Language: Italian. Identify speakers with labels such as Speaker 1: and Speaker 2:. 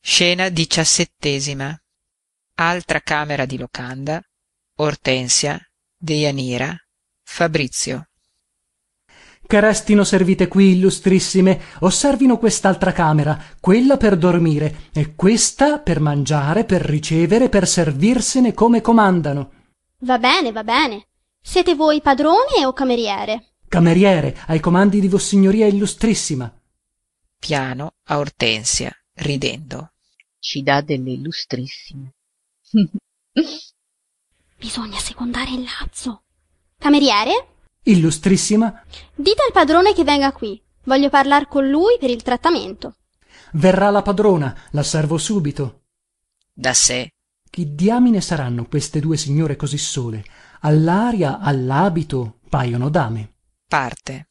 Speaker 1: scena xvii altra camera di locanda ortensia deianira fabrizio
Speaker 2: che restino servite qui illustrissime osservino questaltra camera quella per dormire e questa per mangiare per ricevere per servirsene come comandano
Speaker 3: va bene va bene siete voi padrone o cameriere
Speaker 2: cameriere ai comandi di vossignoria illustrissima
Speaker 1: piano a ortensia ridendo
Speaker 4: ci dà delle illustrissime
Speaker 3: bisogna secondare il lazzo cameriere
Speaker 2: illustrissima
Speaker 3: dite al padrone che venga qui voglio parlar con lui per il trattamento
Speaker 2: verrà la padrona la servo subito
Speaker 1: da sé
Speaker 2: chi diamine saranno queste due signore così sole all'aria all'abito pajono dame
Speaker 1: parte